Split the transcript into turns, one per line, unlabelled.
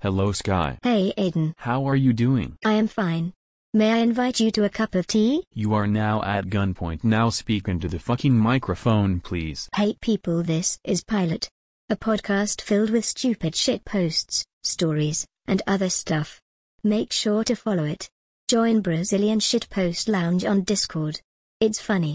Hello, Sky.
Hey Aiden,
How are you doing?
I am fine. May I invite you to a cup of tea?
You are now at gunpoint. Now speak into the fucking microphone, please.
Hey people, this is Pilot. A podcast filled with stupid shit posts, stories, and other stuff. Make sure to follow it. Join Brazilian Shitpost Lounge on Discord. It's funny,